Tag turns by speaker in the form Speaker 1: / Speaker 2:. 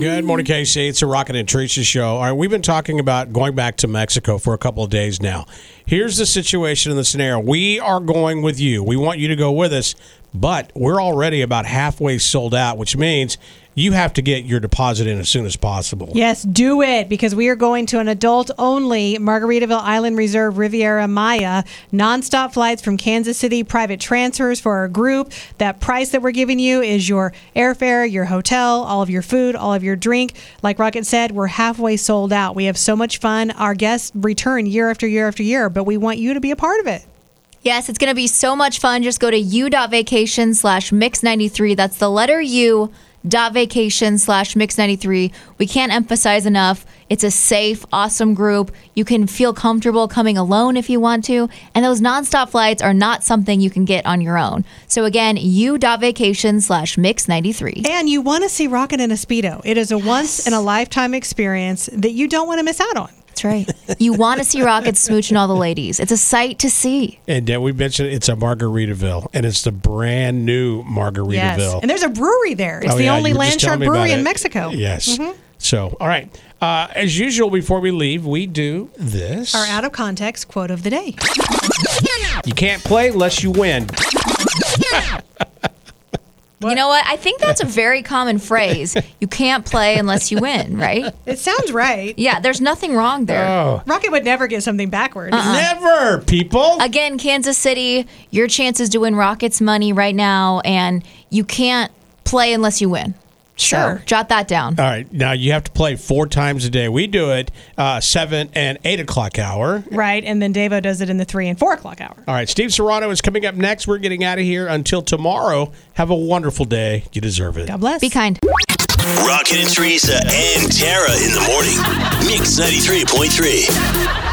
Speaker 1: Good morning, Casey. It's a Rocket and Teresa show. All right, we've been talking about going back to Mexico for a couple of days now. Here's the situation and the scenario. We are going with you. We want you to go with us, but we're already about halfway sold out, which means you have to get your deposit in as soon as possible.
Speaker 2: Yes, do it because we are going to an adult only Margaritaville Island Reserve Riviera Maya. Nonstop flights from Kansas City, private transfers for our group. That price that we're giving you is your airfare, your hotel, all of your food, all of your drink. Like Rocket said, we're halfway sold out. We have so much fun. Our guests return year after year after year, but we want you to be a part of it.
Speaker 3: Yes, it's going to be so much fun. Just go to u.vacation slash mix93. That's the letter U dot vacation slash mix93. We can't emphasize enough. It's a safe, awesome group. You can feel comfortable coming alone if you want to. And those nonstop flights are not something you can get on your own. So again, u.vacation slash mix93.
Speaker 2: And you want to see Rocket in a Speedo. It is a once in a lifetime experience that you don't want to miss out on.
Speaker 3: That's right. You want to see Rockets smooching all the ladies. It's a sight to see.
Speaker 1: And uh, we mentioned it's a Margaritaville, and it's the brand new Margaritaville.
Speaker 2: And there's a brewery there. It's
Speaker 1: Oh,
Speaker 2: the
Speaker 1: yeah,
Speaker 2: only
Speaker 1: you were
Speaker 2: land
Speaker 1: just
Speaker 2: shark
Speaker 1: telling me about
Speaker 2: brewery in
Speaker 1: it.
Speaker 2: Mexico. Mm-hmm.
Speaker 1: Yes. So, all right. Uh, as usual, before we leave, we do this.
Speaker 2: Our out of context quote of the day.
Speaker 1: You can't play unless you win.
Speaker 3: You know what? I think that's a very common phrase. You can't play unless you win, right?
Speaker 2: It sounds right.
Speaker 3: Yeah, there's nothing wrong there.
Speaker 1: Oh.
Speaker 2: Rocket would never get something backward.
Speaker 1: Uh-uh. Never, people.
Speaker 3: Again, Kansas City, your chances to win Rockets money right now, and you can't play unless you win.
Speaker 2: Sure.
Speaker 3: So, jot that down.
Speaker 1: all right. Now you have to play four times a day. We do it uh, seven and eight o'clock hour.
Speaker 2: Right. And then Davo does it in the three and four o'clock hour.
Speaker 1: All right. Steve Serrano is coming up next. We're getting out of here until tomorrow. Have a wonderful day. You deserve it.
Speaker 2: God bless.
Speaker 3: Be kind.
Speaker 4: Rocket and Teresa and Tara in the morning. Mix 93.3.